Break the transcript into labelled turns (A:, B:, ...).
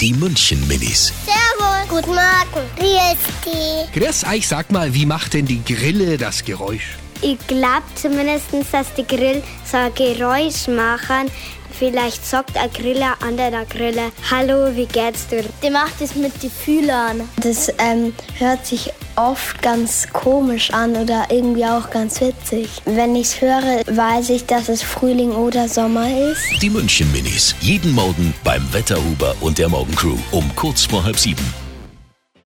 A: Die München Minis.
B: Servus. Guten Morgen. Wie ist die?
A: Chris, ich sag mal, wie macht denn die Grille das Geräusch?
B: Ich glaube zumindest, dass die Grill so ein Geräusch machen. Vielleicht sagt ein Griller an der Grille, hallo, wie geht's dir? Die macht es mit den Fühlern.
C: Das ähm, hört sich oft ganz komisch an oder irgendwie auch ganz witzig. Wenn ich es höre, weiß ich, dass es Frühling oder Sommer ist.
A: Die München Minis. Jeden Morgen beim Wetterhuber und der Morgencrew um kurz vor halb sieben.